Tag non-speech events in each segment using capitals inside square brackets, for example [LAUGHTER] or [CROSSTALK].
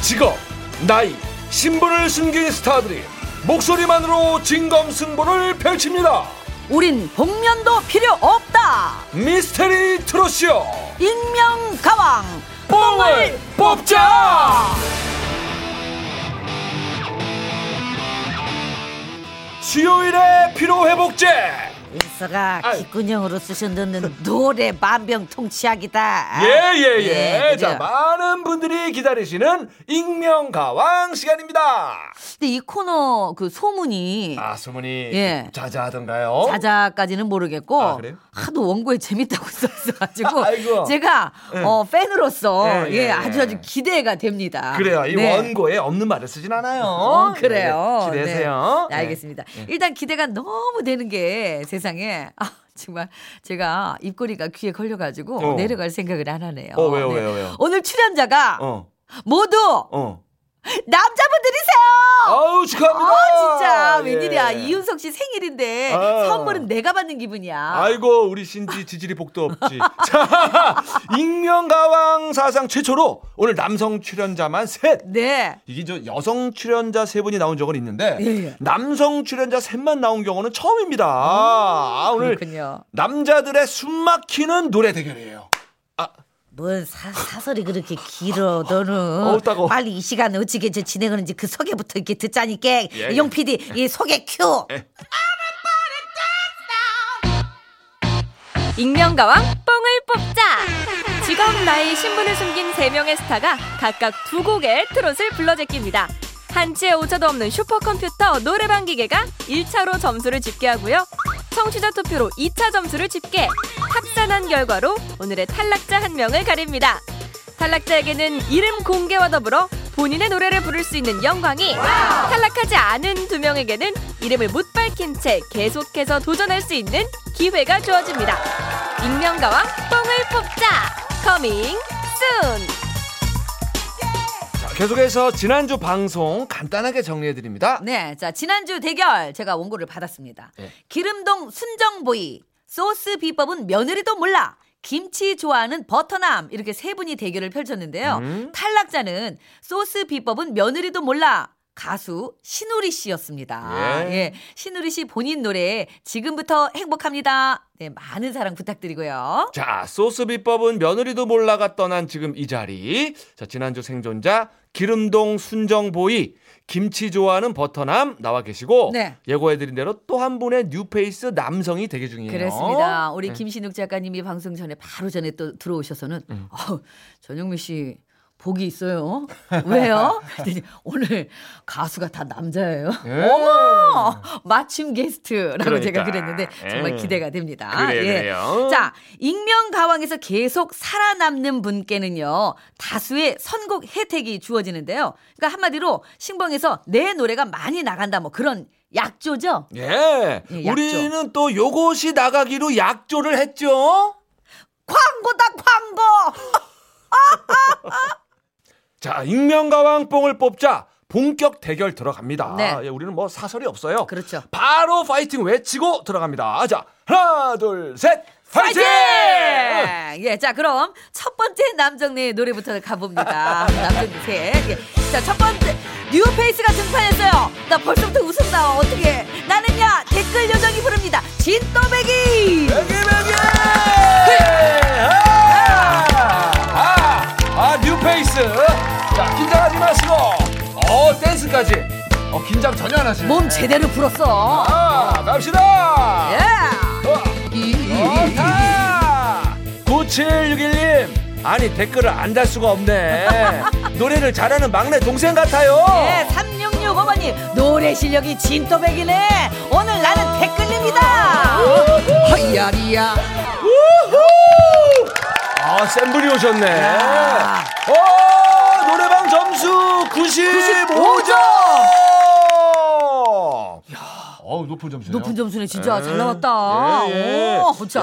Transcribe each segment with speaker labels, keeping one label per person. Speaker 1: 직업, 나이, 신분을 숨긴 스타들이 목소리만으로 진검승부를 펼칩니다.
Speaker 2: 우린 복면도 필요 없다.
Speaker 1: 미스테리 트롯쇼
Speaker 2: 익명 가왕
Speaker 1: 뽕을 뽑자! 수요일의 피로회복제
Speaker 2: 인서가
Speaker 1: 아이.
Speaker 2: 기꾼형으로 쓰셨는 [LAUGHS] 노래 만병통치약이다.
Speaker 1: 예예예 자
Speaker 2: 그래요.
Speaker 1: 많은 분들이 기다리시는 익명가왕 시간입니다
Speaker 2: 근데 이 코너 그 소문이
Speaker 1: 아 소문이
Speaker 2: 예.
Speaker 1: 자자하던가요?
Speaker 2: 자자까지는 모르겠고
Speaker 1: 아, 그래요?
Speaker 2: 하도 원고에 재밌다고 [LAUGHS] 써있어가지고
Speaker 1: 아이고. 네.
Speaker 2: 제가 어, 팬으로서
Speaker 1: 예,
Speaker 2: 예,
Speaker 1: 예,
Speaker 2: 아주
Speaker 1: 예.
Speaker 2: 아주 기대가 됩니다.
Speaker 1: 그래요 이
Speaker 2: 네.
Speaker 1: 원고에 없는 말을 쓰진 않아요
Speaker 2: 어, 그래요.
Speaker 1: 네, 기대하세요
Speaker 2: 네. 네, 알겠습니다. 일단 기대가 너무 되는 게 세상에 아, 정말 제가 입꼬리가 귀에 걸려가지고
Speaker 1: 어.
Speaker 2: 내려갈 생각을 안 하네요.
Speaker 1: 어, 왜요, 왜요, 왜요?
Speaker 2: 오늘 출연자가
Speaker 1: 어,
Speaker 2: 모두
Speaker 1: 어.
Speaker 2: 남자분들이세요.
Speaker 1: 아우 축하합니다
Speaker 2: 아, 진짜 웬일이야
Speaker 1: 예.
Speaker 2: 이윤석 씨 생일인데
Speaker 1: 아.
Speaker 2: 선물은 내가 받는 기분이야.
Speaker 1: 아이고 우리 신지 지질이 복도 없지. [LAUGHS] 자, 익명가왕 사상 최초로 오늘 남성 출연자만 셋.
Speaker 2: 네.
Speaker 1: 이게 저 여성 출연자 세 분이 나온 적은 있는데
Speaker 2: 예, 예.
Speaker 1: 남성 출연자 셋만 나온 경우는 처음입니다. 아, 오늘
Speaker 2: 그렇군요.
Speaker 1: 남자들의 숨막히는 노래 대결이에요.
Speaker 2: 뭔 사, 사설이 그렇게 길어 너는
Speaker 1: 어우, 따가워.
Speaker 2: 빨리 이 시간에 어찌게 저 진행하는지 그 소개부터 이렇게 듣자니까
Speaker 1: 예, 예.
Speaker 2: 용 PD 이 소개 큐
Speaker 3: 익명가왕 뽕을 뽑자 직업 나이 신분을 숨긴 세명의 스타가 각각 두 곡의 트롯을 불러제낍니다 한치의 오차도 없는 슈퍼컴퓨터 노래방 기계가 1차로 점수를 집계하고요 청취자 투표로 2차 점수를 집계 합산한 결과로 오늘의 탈락자 한 명을 가립니다 탈락자에게는 이름 공개와 더불어 본인의 노래를 부를 수 있는 영광이 탈락하지 않은 두 명에게는 이름을 못 밝힌 채 계속해서 도전할 수 있는 기회가 주어집니다. 익명가왕 뽕을 뽑자 커밍 순
Speaker 1: 자, 계속해서 지난주 방송 간단하게 정리해 드립니다.
Speaker 2: 네, 자 지난주 대결 제가 원고를 받았습니다.
Speaker 1: 예.
Speaker 2: 기름동 순정보이 소스 비법은 며느리도 몰라. 김치 좋아하는 버터남 이렇게 세 분이 대결을 펼쳤는데요. 탈락자는 소스 비법은 며느리도 몰라. 가수 신우리 씨였습니다.
Speaker 1: 예.
Speaker 2: 예, 신우리 씨 본인 노래 지금부터 행복합니다. 네, 많은 사랑 부탁드리고요.
Speaker 1: 자, 소스 비법은 며느리도 몰라가 떠난 지금 이 자리. 자, 지난주 생존자 기름동 순정보이 김치 좋아하는 버터남 나와 계시고
Speaker 2: 네.
Speaker 1: 예고해드린 대로 또 한 분의 뉴페이스 남성이 대기 중이에요. 네.
Speaker 2: 그렇습니다. 우리 김신욱 작가님이 방송 전에 바로 전에 또 들어오셔서는
Speaker 1: 음.
Speaker 2: 어, 전영미 씨 복이 있어요.
Speaker 1: [LAUGHS]
Speaker 2: 왜요? 그랬더니 오늘 가수가 다 남자예요.
Speaker 1: 예.
Speaker 2: 어머 맞춤 게스트라고
Speaker 1: 그러니까.
Speaker 2: 제가 그랬는데 정말
Speaker 1: 예.
Speaker 2: 기대가 됩니다.
Speaker 1: 그래요,
Speaker 2: 예.
Speaker 1: 그래요.
Speaker 2: 자 익명 가왕에서 계속 살아남는 분께는요 다수의 선곡 혜택이 주어지는데요. 그러니까 한마디로 신봉에서 내 노래가 많이 나간다 뭐 그런 약조죠.
Speaker 1: 예.
Speaker 2: 예, 약조.
Speaker 1: 우리는 또 요것이 나가기로 약조를 했죠.
Speaker 2: 광고다 광고.
Speaker 1: 자, 익명가왕뽕을 뽑자 본격 대결 들어갑니다.
Speaker 2: 네.
Speaker 1: 예, 우리는 뭐 사설이 없어요.
Speaker 2: 그렇죠.
Speaker 1: 바로 파이팅 외치고 들어갑니다. 자, 하나, 둘, 셋, 파이팅!
Speaker 2: 예, 자 그럼 첫 번째 남정네 노래부터 가봅니다. 남정네 셋. 예. 자첫 번째 뉴페이스가 등판했어요. 나 벌써부터 웃음 나와 어떻게? 나는야 댓글 요정이 부릅니다. 진또배기.
Speaker 1: 매기 매기! 아! 아! 아, 뉴페이스. 자, 긴장하지 마시고. 어, 댄스까지. 어, 긴장 전혀 안 하시네.
Speaker 2: 몸 제대로 불었어.
Speaker 1: 아, 갑시다.
Speaker 2: 예.
Speaker 1: 좋다! 9761님 아, 아니 댓글을 안 달 수가
Speaker 2: [LAUGHS]
Speaker 1: 없네 노래를 잘하는 막내 동생 같아요
Speaker 2: 예, 3665번님 노래 실력이 진또배기네. 오늘 나는 댓글입니다.
Speaker 1: 우후! 아 센불이 오셨네
Speaker 2: 야.
Speaker 1: 어 노래방 점수 95점 어 높은 점수네요
Speaker 2: 높은 점수네 진짜 잘 나왔다.
Speaker 1: 예, 예.
Speaker 2: 오, 자,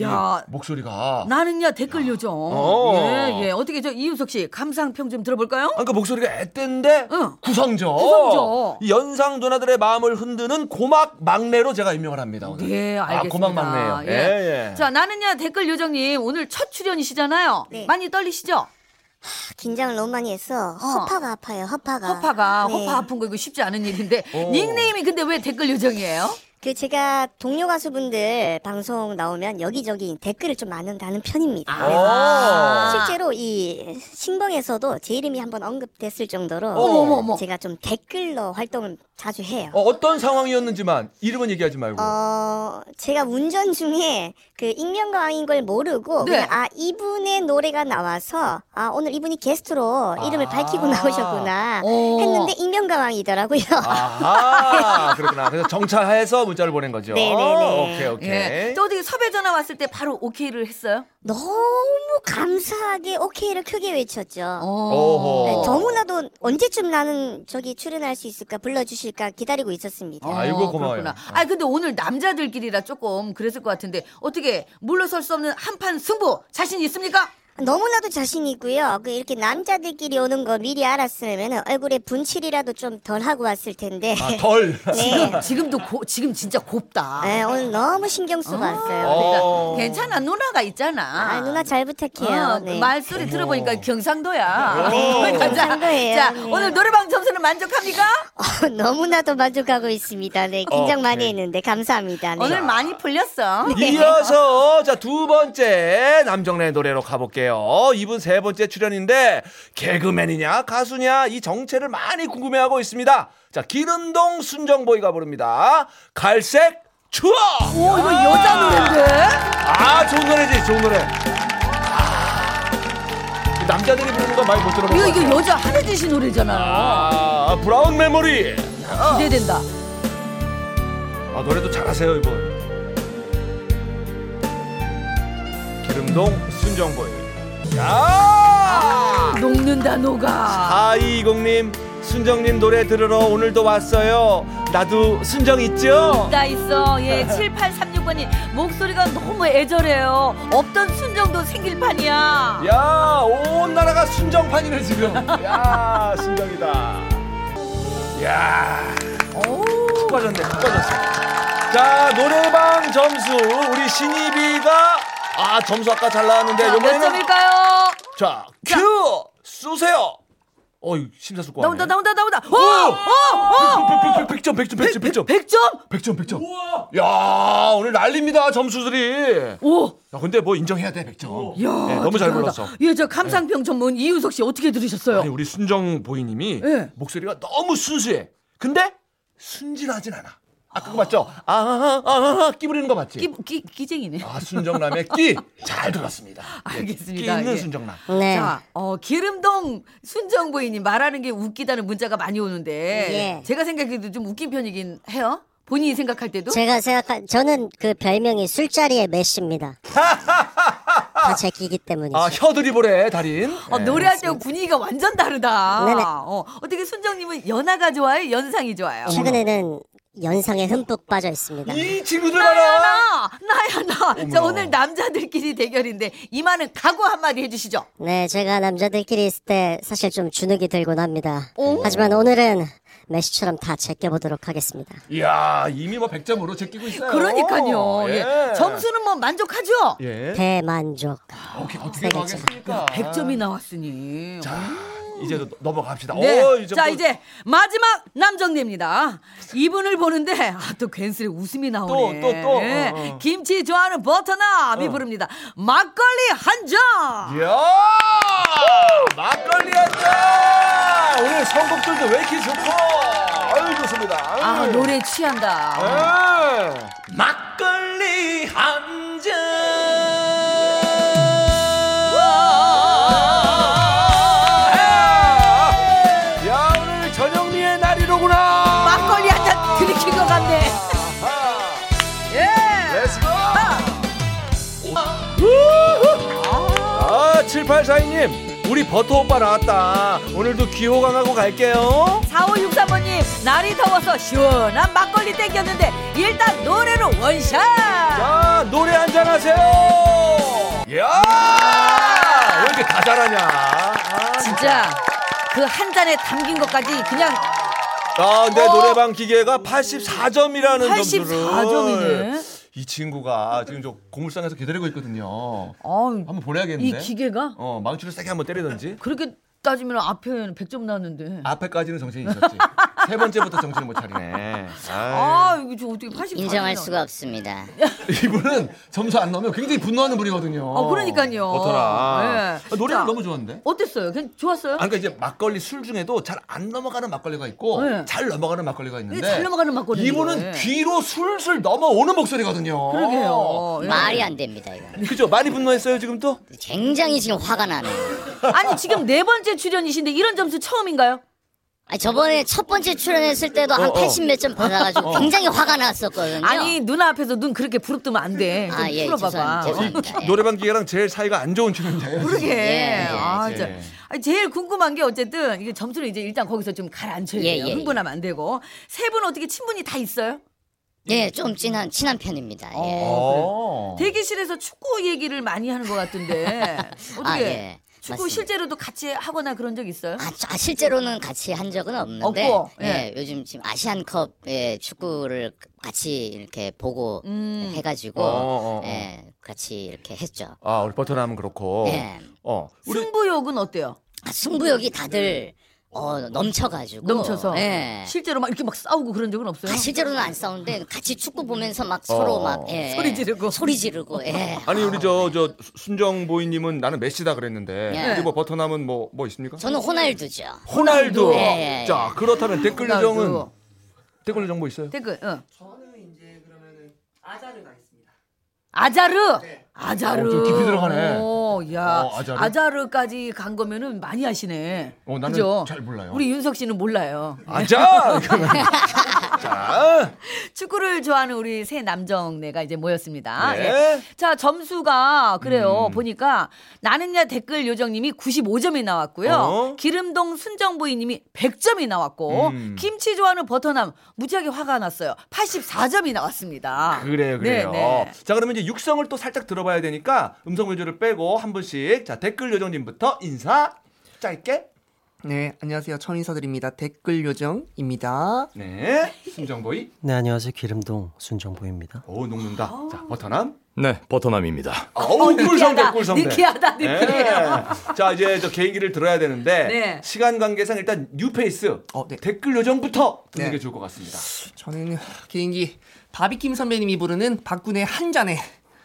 Speaker 2: 야.
Speaker 1: 목소리가
Speaker 2: 나는요 댓글 요정.
Speaker 1: 아. 어.
Speaker 2: 예, 예. 어떻게 저 이윤석 씨 감상평 좀 들어볼까요?
Speaker 1: 아까 그러니까 목소리가 애땐데
Speaker 2: 응.
Speaker 1: 구성져.
Speaker 2: 구성져.
Speaker 1: 이 연상 누나들의 마음을 흔드는 고막 막내로 제가 임명을 합니다. 오늘.
Speaker 2: 예, 알겠습니다.
Speaker 1: 아, 고막 막내예요.
Speaker 4: 네.
Speaker 2: 예. 자, 나는요 댓글 요정님 오늘 첫 출연이시잖아요. 많이 떨리시죠?
Speaker 4: 긴장을 너무 많이 했어. 허파가 아파요. 허파가.
Speaker 3: 어,
Speaker 2: 허파가
Speaker 4: 네.
Speaker 2: 허파 아픈 거 이거 쉽지 않은 일인데
Speaker 1: 어.
Speaker 2: 닉네임이 근데 왜 댓글 요정이에요?
Speaker 4: 그 제가 동료 가수분들 방송 나오면 여기저기 댓글을 좀 많은다는 편입니다.
Speaker 1: 아.
Speaker 4: 실제로 이 신봉에서도 제 이름이 한번 언급됐을 정도로
Speaker 1: 어머, 어머,
Speaker 2: 어머.
Speaker 4: 제가 좀 댓글로 활동을 자주 해요.
Speaker 1: 어, 어떤 상황이었는지만 이름은 얘기하지 말고.
Speaker 4: 어, 제가 운전 중에 그 익명가왕인 걸 모르고,
Speaker 2: 네.
Speaker 4: 그냥 아, 이분의 노래가 나와서, 아, 오늘 이분이 게스트로 이름을
Speaker 1: 아.
Speaker 4: 밝히고 나오셨구나
Speaker 2: 어.
Speaker 4: 했는데 익명가왕이더라고요.
Speaker 1: 아. 아하
Speaker 2: [LAUGHS]
Speaker 1: 그렇구나. 그래서 정차해서 문자를 보낸 거죠.
Speaker 4: 네네네.
Speaker 1: 오케이 오케이.
Speaker 2: 예. 또 어디 섭외 전화 왔을 때 바로 오케이를 했어요?
Speaker 4: [LAUGHS] 너무 감사하게 오케이를 크게 외쳤죠.
Speaker 1: 어허.
Speaker 4: 네, 너무나도 언제쯤 나는 저기 출연할 수 있을까, 불러주실까 기다리고 있었습니다.
Speaker 1: 어. 아이고, 고마워요.
Speaker 2: 그렇구나. 아 근데 오늘 남자들끼리라 조금 그랬을 것 같은데 어떻게 물러설 수 없는 한판 승부 자신 있습니까?
Speaker 4: 너무나도 자신 있고요. 그 이렇게 남자들끼리 오는 거 미리 알았으면 얼굴에 분칠이라도 좀 덜 하고 왔을 텐데.
Speaker 1: 아,
Speaker 2: [LAUGHS]
Speaker 1: 덜.
Speaker 4: [LAUGHS] 네.
Speaker 2: 지금도 고, 지금 진짜 곱다.
Speaker 4: 네, 오늘 너무 신경 쓰고 왔어요. 네.
Speaker 2: 그러니까
Speaker 1: 아. 어.
Speaker 2: 괜찮아 누나가 있잖아.
Speaker 4: 아, 누나 잘 부탁해요.
Speaker 2: 어,
Speaker 4: 네.
Speaker 2: 말소리 들어보니까 경상도야. 어,
Speaker 1: 네,
Speaker 2: 가자.
Speaker 4: 경상도예요.
Speaker 2: 자,
Speaker 4: 네.
Speaker 2: 오늘 노래방 점수는 만족합니까?
Speaker 4: 어, [LAUGHS] 너무나도 만족하고 있습니다. 네, 긴장
Speaker 1: 오케이.
Speaker 4: 많이 했는데 감사합니다. 네.
Speaker 2: 오늘 많이 풀렸어.
Speaker 1: 이어서 자 두 번째 남정래 노래로 가볼게요. 이분 세 번째 출연인데 개그맨이냐 가수냐 이 정체를 많이 궁금해하고 있습니다. 자 기름동 순정보이가 부릅니다. 갈색 추억.
Speaker 2: 오, 어, 이거 여자 노래인데?
Speaker 1: 아 좋은 노래지 좋은 노래. 아, 남자들이 부르는 거 많이 못 들어본
Speaker 2: 이거,
Speaker 1: 것
Speaker 2: 이거
Speaker 1: 같아요.
Speaker 2: 여자 하늘진 씨 노래잖아.
Speaker 1: 아 브라운 메모리.
Speaker 2: 기대된다.
Speaker 1: 아 노래도 잘하세요 이분. 기름동 순정보이. 야!
Speaker 2: 녹는다, 녹아.
Speaker 1: 아이공님 순정님 노래 들으러 오늘도 왔어요. 나도 순정 있죠?
Speaker 2: 나 있어. 예, 7836번이 목소리가 너무 애절해요. 없던 순정도 생길 판이야.
Speaker 1: 야, 온 나라가 순정판이네 지금. 야, 순정이다. 야, 푹 빠졌네, 푹 빠졌어. 자, 노래방 점수 우리 신이비가 아 점수 아까 잘 나왔는데
Speaker 2: 자, 몇
Speaker 1: 이번에는
Speaker 2: 점일까요?
Speaker 1: 자, 큐! 쏘세요! 어이, 심사숙고.
Speaker 2: 나온다, 나온다, 나온다. 어, 오! 오! 오!
Speaker 1: 100점, 100점, 100점, 100점.
Speaker 2: 100점?
Speaker 1: 100점, 100점. 야, 오늘 난립니다, 점수들이.
Speaker 2: 오!
Speaker 1: 야, 근데 뭐 인정해야 돼, 100점.
Speaker 2: 야,
Speaker 1: 예, 너무 잘
Speaker 2: 대단하다.
Speaker 1: 불렀어.
Speaker 2: 예, 저 감상평 전문 이윤석 씨 어떻게 들으셨어요?
Speaker 1: 아니, 우리 순정 보이님이
Speaker 2: 예.
Speaker 1: 목소리가 너무 순수해. 근데 순진하진 않아. 아, 그거 맞죠? 아, 아, 아, 아, 끼 부리는 거 맞지?
Speaker 2: 끼, 끼, 끼쟁이네.
Speaker 1: 아, 순정남의
Speaker 2: [LAUGHS]
Speaker 1: 끼. 잘 들었습니다. 예, 끼
Speaker 2: 알겠습니다.
Speaker 1: 있는
Speaker 2: 예.
Speaker 1: 순정남.
Speaker 4: 네.
Speaker 2: 자, 어, 기름동 순정 부인님 말하는 게 웃기다는 문자가 많이 오는데
Speaker 4: 예.
Speaker 2: 제가 생각해도 좀 웃긴 편이긴 해요. 본인이 생각할 때도.
Speaker 4: 제가 생각한 저는 그 별명이 술자리의
Speaker 1: [LAUGHS]
Speaker 4: 메시입니다. 다 제 끼기 때문이죠.
Speaker 1: 아, 혀드리볼의 달인.
Speaker 2: 어,
Speaker 1: 예.
Speaker 2: 노래할 때 분위기가 완전 다르다.
Speaker 4: 네네.
Speaker 2: 어, 어떻게 순정님은 연하가 좋아요? 연상이 좋아요?
Speaker 4: 최근에는 연상에 흠뻑 빠져 있습니다.
Speaker 1: 이 친구들
Speaker 2: 나야
Speaker 1: 봐라.
Speaker 2: 나! 나야 나! 자,
Speaker 1: 어머나.
Speaker 2: 오늘 남자들끼리 대결인데 이만은 각오 한마디 해주시죠.
Speaker 4: 네, 제가 남자들끼리 있을 때 사실 좀 주눅이 들곤 합니다.
Speaker 2: 오.
Speaker 4: 하지만 오늘은 메시처럼 다 제껴보도록 하겠습니다.
Speaker 1: 이야, 이미 뭐 100점으로 제끼고 있어요.
Speaker 2: 그러니까요. 예.
Speaker 1: 예.
Speaker 2: 점수는 뭐 만족하죠?
Speaker 1: 예.
Speaker 4: 대만족.
Speaker 1: 오케이, 어떻게
Speaker 4: 세
Speaker 1: 하겠습니까?
Speaker 2: 100점이 나왔으니.
Speaker 1: 자, 이제 너- 넘어갑시다.
Speaker 2: 네.
Speaker 1: 오, 이제
Speaker 2: 자
Speaker 1: 또-
Speaker 2: 이제 마지막 남정네입니다. 이분을 보는데 아, 또 괜스레 웃음이 나오네.
Speaker 1: 또, 또, 또.
Speaker 2: 예.
Speaker 1: 어, 어.
Speaker 2: 김치 좋아하는 버터남이 부릅니다. 막걸리 한 잔.
Speaker 1: 이야! 막걸리 한 잔! 오늘 선곡들도 왜 이렇게 좋고? 아유, 좋습니다.
Speaker 2: 아
Speaker 1: 아유.
Speaker 2: 노래 취한다.
Speaker 1: 예. 막걸리 한 잔! 야, 오늘 전영미의 날이로구나!
Speaker 2: 막걸리 한 잔 들이킨 것 같네.
Speaker 1: 아하.
Speaker 2: 예.
Speaker 1: Let's go! 우후! 아, 7842님, 우리 버터 오빠 나왔다. 오늘도 귀호강하고 갈게요.
Speaker 2: 4563번님 날이 더워서 시원한 막걸리 땡겼는데 일단 노래로 원샷.
Speaker 1: 자, 아, 노래 한잔 하세요! 이야! 왜 이렇게 다 잘하냐? 아,
Speaker 2: 진짜 그 한 잔에 담긴 것까지 그냥
Speaker 1: 아, 근데
Speaker 2: 어?
Speaker 1: 노래방 기계가 84점이라는 점수를.
Speaker 2: 84점이네.
Speaker 1: 이 친구가 지금 저 고물상에서 기다리고 있거든요.
Speaker 2: 아,
Speaker 1: 한번
Speaker 2: 이
Speaker 1: 보내야겠는데.
Speaker 2: 기계가
Speaker 1: 어 망치로 세게 한번 때리든지.
Speaker 2: 그렇게 따지면 앞에는 100점
Speaker 1: 아,
Speaker 2: 나왔는데.
Speaker 1: 앞에까지는 정신이 있었지. [LAUGHS] 세 번째부터 정신을 못 차리네. 아,
Speaker 2: 아, 이거 저 어떻게 80
Speaker 5: 인정할 수가 없습니다.
Speaker 1: 이분은 점수 안 넣으면 굉장히 분노하는 분이거든요.
Speaker 2: 아, 그러니까요.
Speaker 1: 어떠라.
Speaker 2: 예.
Speaker 1: 노래는
Speaker 2: 자.
Speaker 1: 너무 좋았는데.
Speaker 2: 어땠어요? 괜 좋았어요?
Speaker 1: 아, 그러니까 이제 막걸리 술 중에도 잘 안 넘어가는 막걸리가 있고
Speaker 2: 네.
Speaker 1: 잘 넘어가는 막걸리가 있는데
Speaker 2: 잘 넘어가는 막걸리.
Speaker 1: 이분은 귀로 술술 넘어오는 목소리거든요.
Speaker 2: 그러게요.
Speaker 4: 어.
Speaker 2: 예.
Speaker 5: 말이 안 됩니다, 이거.
Speaker 1: 그죠? 많이 분노했어요 지금 또?
Speaker 5: 굉장히 지금 화가 나네요.
Speaker 2: 아니 지금 네 번째 출연이신데 이런 점수 처음인가요?
Speaker 5: 아니, 저번에 첫 번째 출연했을 때도
Speaker 1: 어,
Speaker 5: 한
Speaker 1: 어.
Speaker 5: 80 몇 점 받아가지고 굉장히 화가 났었거든요.
Speaker 2: 아니 누나 앞에서 눈 그렇게 부릅뜨면 안 돼. 좀
Speaker 5: 아, 예,
Speaker 2: 풀어봐봐.
Speaker 5: 죄송합니다. 죄송합니다. 예.
Speaker 1: 노래방 기계랑 제일 사이가 안 좋은 친구인데.
Speaker 2: 아, 그러게.
Speaker 5: 예,
Speaker 2: 아,
Speaker 1: 예.
Speaker 2: 진짜. 아니, 제일 궁금한 게 어쨌든 이게 점수를 이제 일단 거기서 좀 가라앉혀야
Speaker 5: 예,
Speaker 2: 돼요.
Speaker 5: 예, 예.
Speaker 2: 흥분하면 안 되고 세 분 어떻게 친분이 다 있어요?
Speaker 5: 예, 좀 친한, 친한 편입니다. 예.
Speaker 1: 어.
Speaker 2: 대기실에서 축구 얘기를 많이 하는 것 같은데
Speaker 5: [LAUGHS]
Speaker 2: 어떻게
Speaker 5: 아, 예.
Speaker 2: 축구
Speaker 5: 맞습니다.
Speaker 2: 실제로도 같이 하거나 그런 적 있어요?
Speaker 5: 아, 저- 아, 실제로는 같이 한 적은 없는데
Speaker 2: 없고,
Speaker 5: 예.
Speaker 2: 예.
Speaker 5: 요즘 지금 아시안컵 예, 축구를 같이 이렇게 보고
Speaker 2: 음.
Speaker 5: 해가지고
Speaker 1: 어, 어, 어.
Speaker 5: 예, 같이 이렇게 했죠.
Speaker 1: 아 우리 버터나면 그렇고.
Speaker 5: 예.
Speaker 1: 어. 우리
Speaker 2: 승부욕은 어때요?
Speaker 5: 아, 승부욕이 다들 어, 넘쳐가지고
Speaker 2: 넘쳐서
Speaker 5: 예.
Speaker 2: 실제로 막 이렇게 막 싸우고 그런 적은 없어요?
Speaker 5: 아, 실제로는 안 싸우는데 같이 축구 보면서 막 서로
Speaker 1: 어.
Speaker 5: 막 예.
Speaker 2: [LAUGHS] 소리 지르고.
Speaker 5: 소리 지르고 예.
Speaker 1: 아니 우리 저 저 순정 보이님은 나는 메시다 그랬는데
Speaker 5: 예.
Speaker 1: 우리 뭐 버터남은 뭐 뭐 있습니까?
Speaker 5: 저는 호날두죠.
Speaker 1: 호날두.
Speaker 5: 호날두. 예, 예,
Speaker 1: 자 그렇다면 댓글
Speaker 2: 나도
Speaker 1: 요정은 댓글 요정 뭐 있어요?
Speaker 2: 댓글. 응.
Speaker 6: 저는 이제 그러면은 아자를 가겠습니다. 네.
Speaker 2: 아자르. 아자르.
Speaker 1: 어, 좀 깊이 들어가네.
Speaker 2: 오, 야.
Speaker 1: 어, 아자르?
Speaker 2: 아자르. 까지간 거면은 많이 하시네.
Speaker 1: 어, 나는
Speaker 2: 그죠?
Speaker 1: 잘 몰라요.
Speaker 2: 우리 윤석 씨는 몰라요.
Speaker 1: 아자. [LAUGHS] 그러면. 자.
Speaker 2: 축구를 좋아하는 우리 세 남정네가 이제 모였습니다.
Speaker 1: 예.
Speaker 2: 예. 자, 점수가 그래요.
Speaker 1: 음.
Speaker 2: 보니까 나는야 댓글 요정님이 95점이 나왔고요.
Speaker 1: 어?
Speaker 2: 기름동 순정부인님이 100점이 나왔고
Speaker 1: 음.
Speaker 2: 김치 좋아하는 버터남 무지하게 화가 났어요. 84점이 나왔습니다.
Speaker 1: 그래요, 그래요.
Speaker 2: 네, 네.
Speaker 1: 자, 그러면 이제 육성을 또 살짝 들어봐야 되니까 음성 변조를 빼고 한 분씩 자 댓글 요정님부터 인사 짧게.
Speaker 6: 네, 안녕하세요. 처음 인사드립니다. 댓글 요정입니다.
Speaker 1: 네, 순정보이.
Speaker 7: 네 안녕하세요 기름동 순정보입니다.
Speaker 1: 오, 녹는다. 자, 버터남.
Speaker 8: 네, 버터남입니다.
Speaker 1: 어우, 꿀성대, 꿀성대.
Speaker 2: 느끼하다, 느끼해요.
Speaker 1: 예. 자, 이제 저 개인기를 들어야 되는데
Speaker 2: 네.
Speaker 1: 시간 관계상 일단 뉴페이스
Speaker 6: 어, 네.
Speaker 1: 댓글 요정부터 듣는
Speaker 6: 네.
Speaker 1: 게 좋을 것 같습니다.
Speaker 6: 저는 개인기 바비킴 선배님이 부르는 박군의 한 잔에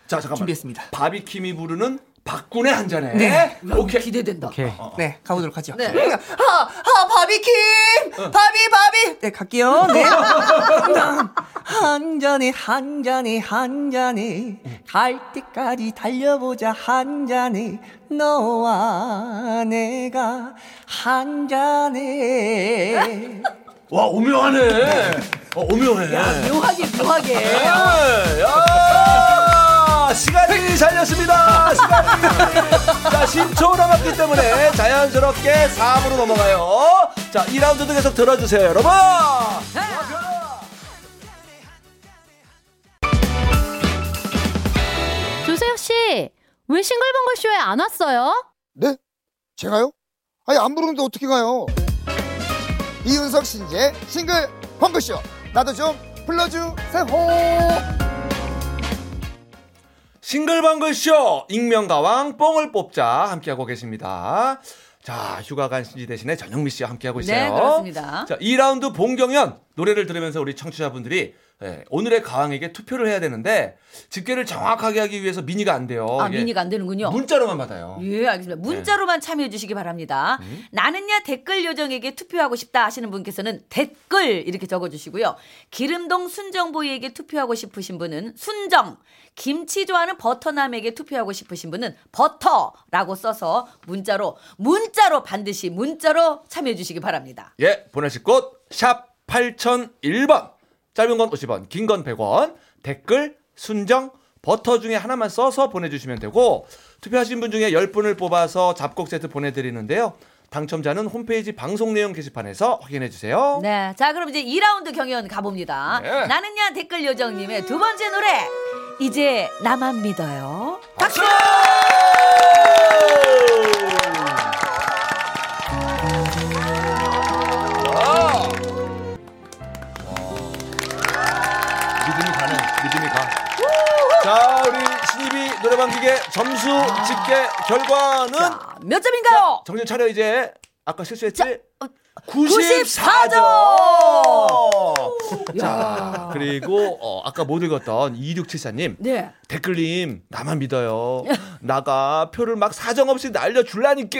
Speaker 1: 자, 잠깐만.
Speaker 6: 준비했습니다.
Speaker 1: 바비킴이 부르는 박군의 한 잔에.
Speaker 6: 네.
Speaker 1: 오케이.
Speaker 2: 기대된다.
Speaker 7: 오케이.
Speaker 6: 네, 가보도록 하죠.
Speaker 2: 네.
Speaker 6: 하, 하, 바비킴!
Speaker 1: 어.
Speaker 6: 바비, 바비! 네, 갈게요. 네. 한 잔에, 한 잔에, 한 잔에. 갈 때까지 달려보자, 한 잔에. 너와 내가 한 잔에.
Speaker 1: 와, 오묘하네. 어, 오묘해.
Speaker 2: 묘하게, 묘하게.
Speaker 1: 야! 시간이 살렸습니다. 시간이. 자, 10초 남았기 때문에 자연스럽게 4부로 넘어가요. 자, 2라운드도 계속 들어주세요, 여러분.
Speaker 9: 조세혁 씨, 왜 싱글벙글 쇼에 안 왔어요?
Speaker 10: 네? 제가요? 아니 안 부르는데 어떻게 가요? 이윤석 신재 싱글 펑크쇼 나도 좀 불러주세요.
Speaker 1: 싱글벙글쇼 익명가왕 뽕을 뽑자 함께하고 계십니다. 자, 휴가 간 신지 대신에 전영미 씨와 함께하고 있어요.
Speaker 2: 네, 그렇습니다.
Speaker 1: 자, 2라운드 본경연 노래를 들으면서 우리 청취자분들이 예, 오늘의 가왕에게 투표를 해야 되는데 집계를 정확하게 하기 위해서 미니가 안 돼요.
Speaker 2: 아,
Speaker 1: 이게
Speaker 2: 미니가 안 되는군요.
Speaker 1: 문자로만 받아요.
Speaker 2: 예,
Speaker 1: 네.
Speaker 2: 알겠습니다. 문자로만 참여해 주시기 바랍니다.
Speaker 1: 음.
Speaker 2: 나는야 댓글 요정에게 투표하고 싶다 하시는 분께서는 댓글 이렇게 적어 주시고요. 기름동 순정보이에게 투표하고 싶으신 분은 순정, 김치 좋아하는 버터남에게 투표하고 싶으신 분은 버터라고 써서 문자로 문자로 반드시 문자로 참여해 주시기 바랍니다.
Speaker 1: 예, 보내실 곳, 샵 8001번. 짧은 건 50원, 긴 건 100원. 댓글, 순정, 버터 중에 하나만 써서 보내주시면 되고, 투표하신 분 중에 10분을 뽑아서 잡곡 세트 보내드리는데요. 당첨자는 홈페이지 방송 내용 게시판에서 확인해주세요.
Speaker 2: 네. 자, 그럼 이제 2라운드 경연 가봅니다.
Speaker 1: 네.
Speaker 2: 나는야 댓글 요정님의 두 번째 노래. 이제 나만 믿어요.
Speaker 1: 박수! 믿음이 가네, 믿음이 가. 자, 우리 신입이 노래방 기계 점수 집계 결과는
Speaker 2: 자, 몇 점인가요?
Speaker 1: 정신 차려 이제 아까 실수했지?
Speaker 2: 94 점!
Speaker 1: 94점! 자, 그리고 어, 아까 못 읽었던 2674님
Speaker 2: 네.
Speaker 1: 댓글님 나만
Speaker 2: [LAUGHS]
Speaker 1: 믿어요. 나가 표를 막 사정없이 날려줄라니까.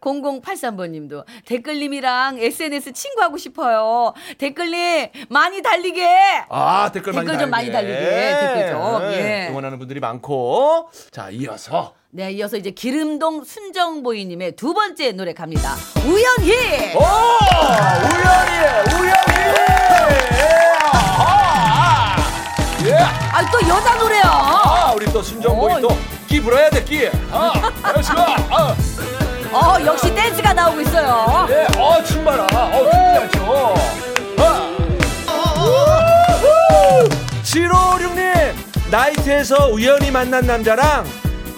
Speaker 2: 0083번님도 댓글님이랑 SNS 친구하고 싶어요. 댓글님 많이 달리게.
Speaker 1: 아 댓글,
Speaker 2: 댓글
Speaker 1: 많이 네.
Speaker 2: 좀 많이 달리게, 댓글 좀, 예.
Speaker 1: 응원하는 분들이 많고 자 이어서
Speaker 2: 네, 이어서 이제 기름동 순정보이님의 두 번째 노래 갑니다. 우연히.
Speaker 1: 오 어! 우연히 예! 우연히 아, 예. 아,
Speaker 2: 아 또 여자 노래야.
Speaker 1: 아 우리 또
Speaker 2: 어,
Speaker 1: 순정보이 또끼 불어야
Speaker 2: [LAUGHS]
Speaker 1: 돼끼아 열심히 아
Speaker 2: 어 역시 댄스가 나오고 있어요.
Speaker 1: 예, 어, 춤 봐라. 어, 춤 춰. 어. 우후! 756님, 나이트에서 우연히 만난 남자랑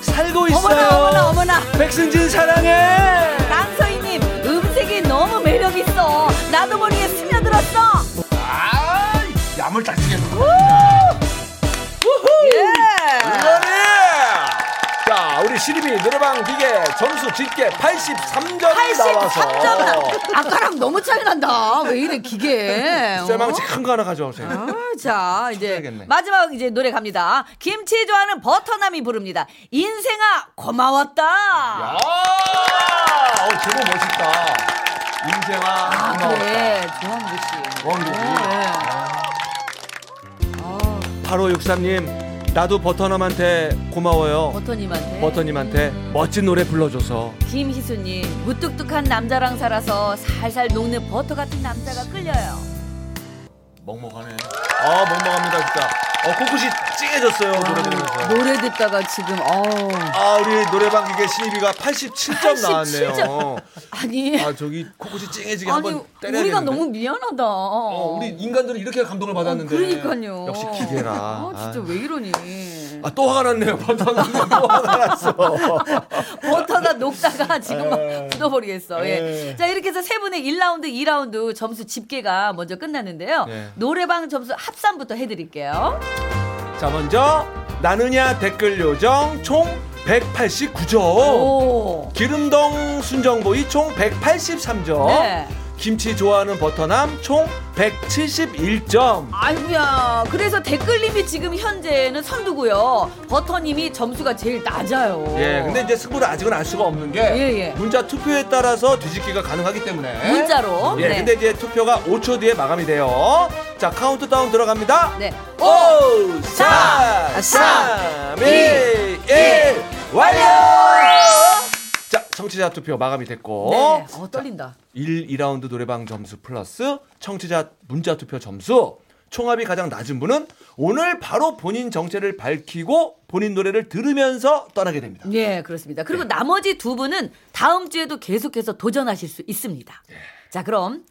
Speaker 1: 살고 있어요.
Speaker 2: 어머나 어머나 어머나.
Speaker 1: 백승진 사랑해.
Speaker 2: 강서희님 음색이 너무 매력 있어. 나도 모르게 스며들었어.
Speaker 1: 아, 야물딱지게.
Speaker 2: 예.
Speaker 1: 자, 우리 시리비 노래방 기계 점수 집계 83점
Speaker 2: 83점.
Speaker 1: 나와서.
Speaker 2: 아까랑 너무 차이 난다. 왜 이래 기계. 어?
Speaker 1: 쇠망치 큰거 하나 가져오세요.
Speaker 2: 아, 자 이제
Speaker 1: 해야겠네.
Speaker 2: 마지막 이제 노래 갑니다. 김치 좋아하는 버터남이 부릅니다. 인생아 고마웠다. 아.
Speaker 1: 야, 어, 제목 멋있다. 인생아,
Speaker 2: 아
Speaker 1: 고마웠다.
Speaker 2: 그래 조항구 씨.
Speaker 1: 원곡이.
Speaker 2: 예. 어,
Speaker 1: 8563님, 나도 버터남한테 고마워요.
Speaker 2: 버터님한테.
Speaker 1: 버터님한테 멋진 노래 불러줘서.
Speaker 2: 김희수님 무뚝뚝한 남자랑 살아서 살살 녹는 버터 같은 남자가 끌려요.
Speaker 1: 먹먹하네. 아, 먹먹합니다, 진짜. 어, 코끝이 찡해졌어요,
Speaker 2: 아.
Speaker 1: 노래 들으면서.
Speaker 2: 노래 듣다가 지금 어
Speaker 1: 아, 우리 노래방 기계 신입이가 87점
Speaker 2: 87
Speaker 1: 나왔네요.
Speaker 2: 아니
Speaker 1: 아, 저기 코끝이 찡해지게
Speaker 2: 아니
Speaker 1: 한번 때려야
Speaker 2: 우리가
Speaker 1: 되는데.
Speaker 2: 너무 미안하다.
Speaker 1: 어, 우리 인간들은 이렇게 감동을 받았는데.
Speaker 2: 그러니까요.
Speaker 1: 역시 기계라.
Speaker 2: 아 진짜 왜 이러니?
Speaker 1: 아, 또 화가 났네요. 버터남 또 화가 났어.
Speaker 2: 버터가
Speaker 1: [LAUGHS]
Speaker 2: 녹다가 지금 막 굳어버리겠어. 예. 자, 이렇게 해서 세 분의 1라운드, 2라운드 점수 집계가 먼저 끝났는데요.
Speaker 1: 네.
Speaker 2: 노래방 점수 합산부터 해드릴게요.
Speaker 1: 자 먼저 나느냐 댓글 요정 총 189점
Speaker 2: 오.
Speaker 1: 기름덩 순정보이 총 183점
Speaker 2: 네.
Speaker 1: 김치 좋아하는 버터남 총 171점
Speaker 2: 아이고야. 그래서 댓글님이 지금 현재는 선두고요. 버터님이 점수가 제일 낮아요.
Speaker 1: 예 근데 이제 승부를 아직은 알 수가 없는 게
Speaker 2: 예, 예.
Speaker 1: 문자 투표에 따라서 뒤집기가 가능하기 때문에
Speaker 2: 문자로. 네.
Speaker 1: 예 근데 이제 투표가 5초 뒤에 마감이 돼요 자 카운트다운 들어갑니다
Speaker 2: 네. 오!
Speaker 1: 오, 사, 삼, 이, 일, 완료! 자, 청취자 투표 마감이 됐고.
Speaker 2: 네. 어, 떨린다.
Speaker 1: 1, 2라운드 노래방 점수 플러스 청취자 문자 투표 점수. 총합이 가장 낮은 분은 오늘 바로 본인 정체를 밝히고 본인 노래를 들으면서 떠나게 됩니다.
Speaker 2: 예, 그렇습니다. 그리고 나머지 두 분은 다음 주에도 계속해서 도전하실 수 있습니다. 자, 그럼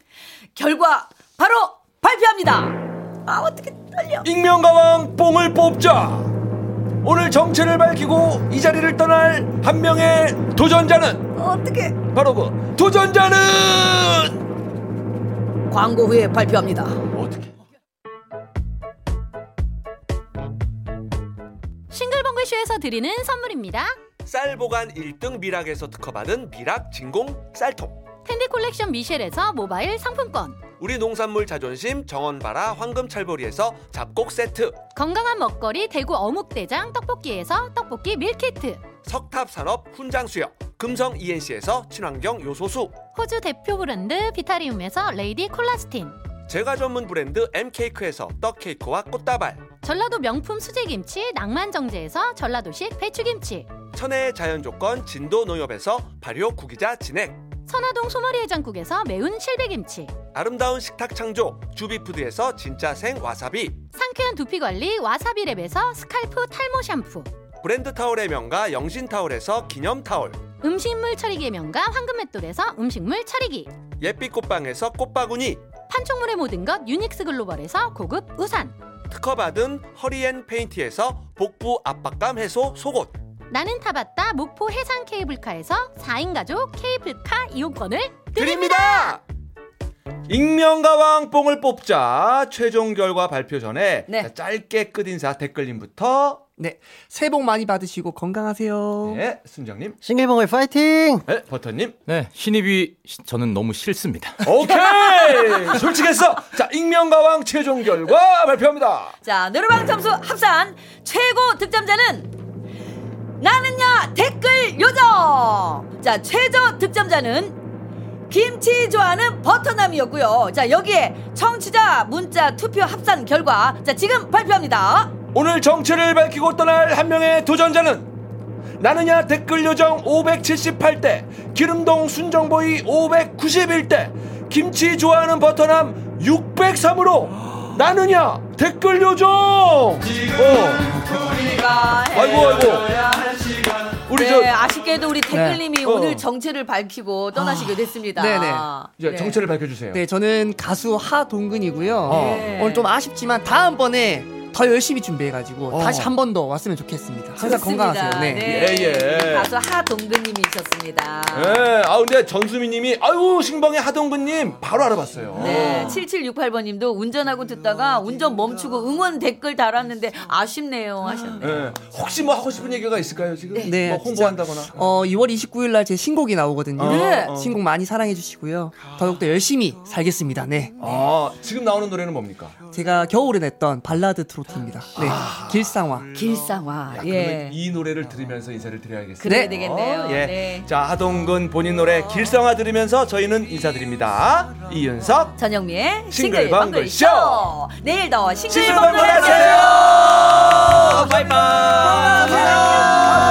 Speaker 2: 결과 바로 발표합니다. 아, 어떻게 떨려.
Speaker 1: 익명가왕 뽕을 뽑자! 오늘 정체를 밝히고 이 자리를 떠날 한 명의 도전자는
Speaker 2: 어떻게.
Speaker 1: 바로 그 도전자는
Speaker 2: 광고 후에 발표합니다.
Speaker 1: 어떻게?
Speaker 9: 싱글벙글쇼에서 드리는 선물입니다.
Speaker 1: 쌀 보관 1등 미락에서 특허받은 미락 진공 쌀통
Speaker 9: 텐디 콜렉션 미셸에서 모바일 상품권.
Speaker 1: 우리 농산물 자존심 정원바라 황금찰보리에서 잡곡 세트
Speaker 9: 건강한 먹거리 대구 어묵대장 떡볶이에서 떡볶이 밀키트.
Speaker 1: 석탑산업 훈장수역 금성 ENC에서 친환경 요소수
Speaker 9: 호주 대표 브랜드 비타리움에서 레이디 콜라스틴.
Speaker 1: 제과 전문 브랜드 MK크에서 떡케이크와 꽃다발
Speaker 9: 전라도 명품 수제김치 낭만정제에서 전라도식 배추김치.
Speaker 1: 천혜의 자연조건 진도농협에서 발효 구기자 진액
Speaker 9: 선화동 소머리 해장국에서 매운 실비김치.
Speaker 1: 아름다운 식탁 창조 주비푸드에서 진짜 생 와사비
Speaker 9: 상쾌한 두피관리 와사비랩에서 스칼프 탈모 샴푸.
Speaker 1: 브랜드 타올의 명가 영신타올에서 기념타올
Speaker 9: 음식물 처리기 명가 황금맷돌에서 음식물 처리기.
Speaker 1: 예삐 꽃방에서 꽃바구니
Speaker 9: 판촉물의 모든 것 유닉스 글로벌에서 고급 우산.
Speaker 1: 특허받은 허리앤 페인트에서 복부 압박감 해소 속옷
Speaker 9: 나는 타봤다 목포 해상 케이블카에서 4인 가족 케이블카 이용권을 드립니다.
Speaker 1: 드립니다. 익명가왕 뽕을 뽑자 최종 결과 발표 전에
Speaker 2: 네.
Speaker 1: 자, 짧게 끝 인사 댓글님부터
Speaker 6: 네, 새해 복 많이 받으시고 건강하세요.
Speaker 1: 네, 순정님.
Speaker 7: 싱글벙글 파이팅!
Speaker 1: 네, 버터님.
Speaker 8: 네, 신입이 시- 저는 너무 싫습니다.
Speaker 1: 오케이! [LAUGHS] 솔직했어! 자, 익명가왕 최종 결과 발표합니다.
Speaker 2: 자, 노래방 점수 합산 최고 득점자는 나는야 댓글 요정. 자, 최저 득점자는 김치 좋아하는 버터남이었고요. 자, 여기에 청취자 문자 투표 합산 결과 자, 지금 발표합니다.
Speaker 1: 오늘 정체를 밝히고 떠날 한 명의 도전자는 나느냐 댓글 요정 578대, 기름동 순정보이 591대, 김치 좋아하는 버터남 603으로 나느냐 댓글 요정! 어,
Speaker 2: 우리가
Speaker 1: 아이고, 아이고. 우리
Speaker 2: 네,
Speaker 1: 저
Speaker 2: 아쉽게도 우리 댓글님이
Speaker 1: 어. 아.
Speaker 2: 오늘 정체를 밝히고 떠나시게 됐습니다.
Speaker 6: 네네.
Speaker 1: 이제
Speaker 2: 네.
Speaker 1: 정체를 밝혀주세요.
Speaker 6: 네, 저는 가수 하동근이고요.
Speaker 1: 어.
Speaker 2: 네.
Speaker 6: 오늘 좀 아쉽지만 다음번에 더 열심히 준비해가지고
Speaker 1: 어.
Speaker 6: 다시 한 번 더 왔으면 좋겠습니다. 항상
Speaker 2: 좋습니다.
Speaker 6: 건강하세요. 네.
Speaker 1: 예, 예.
Speaker 2: 가수 하동근님이셨습니다.
Speaker 1: 예, 아 근데 전수미 님이 아유 신방의 하동근 님 바로 알아봤어요. 음.
Speaker 2: 네, 7768번 님도 운전하고 듣다가 운전 멈추고 응원 댓글 달았는데 아쉽네요 하셨네요.
Speaker 1: 예. 혹시 뭐 하고 싶은 얘기가 있을까요, 지금?
Speaker 6: 네,
Speaker 1: 뭐
Speaker 6: 진짜.
Speaker 1: 홍보한다거나.
Speaker 6: 어, 2월 29일 날 제 신곡이 나오거든요.
Speaker 2: 네.
Speaker 1: 어.
Speaker 6: 신곡 많이 사랑해 주시고요. 더욱더 열심히 살겠습니다. 네.
Speaker 1: 아, 지금 나오는 노래는 뭡니까?
Speaker 6: 제가 겨울에 냈던 발라드 트로트입니다. 네. 길상화.
Speaker 2: 길상화.
Speaker 1: 그러면
Speaker 2: 예.
Speaker 1: 이 노래를 들으면서 인사를 드려야겠어요.
Speaker 2: 그래야
Speaker 6: 네.
Speaker 2: 되겠네요.
Speaker 1: 어, 예.
Speaker 2: 네.
Speaker 1: 자, 하동근 본인 노래 길성화 들으면서 저희는 인사드립니다. 이윤석
Speaker 2: 전영미의
Speaker 1: 싱글
Speaker 2: 싱글
Speaker 1: 방글
Speaker 2: 방글
Speaker 1: 쇼.
Speaker 2: 쇼. 내일 더 싱글
Speaker 1: 시술 방문
Speaker 2: 방글 하세요.
Speaker 1: 하세요. 바이바이.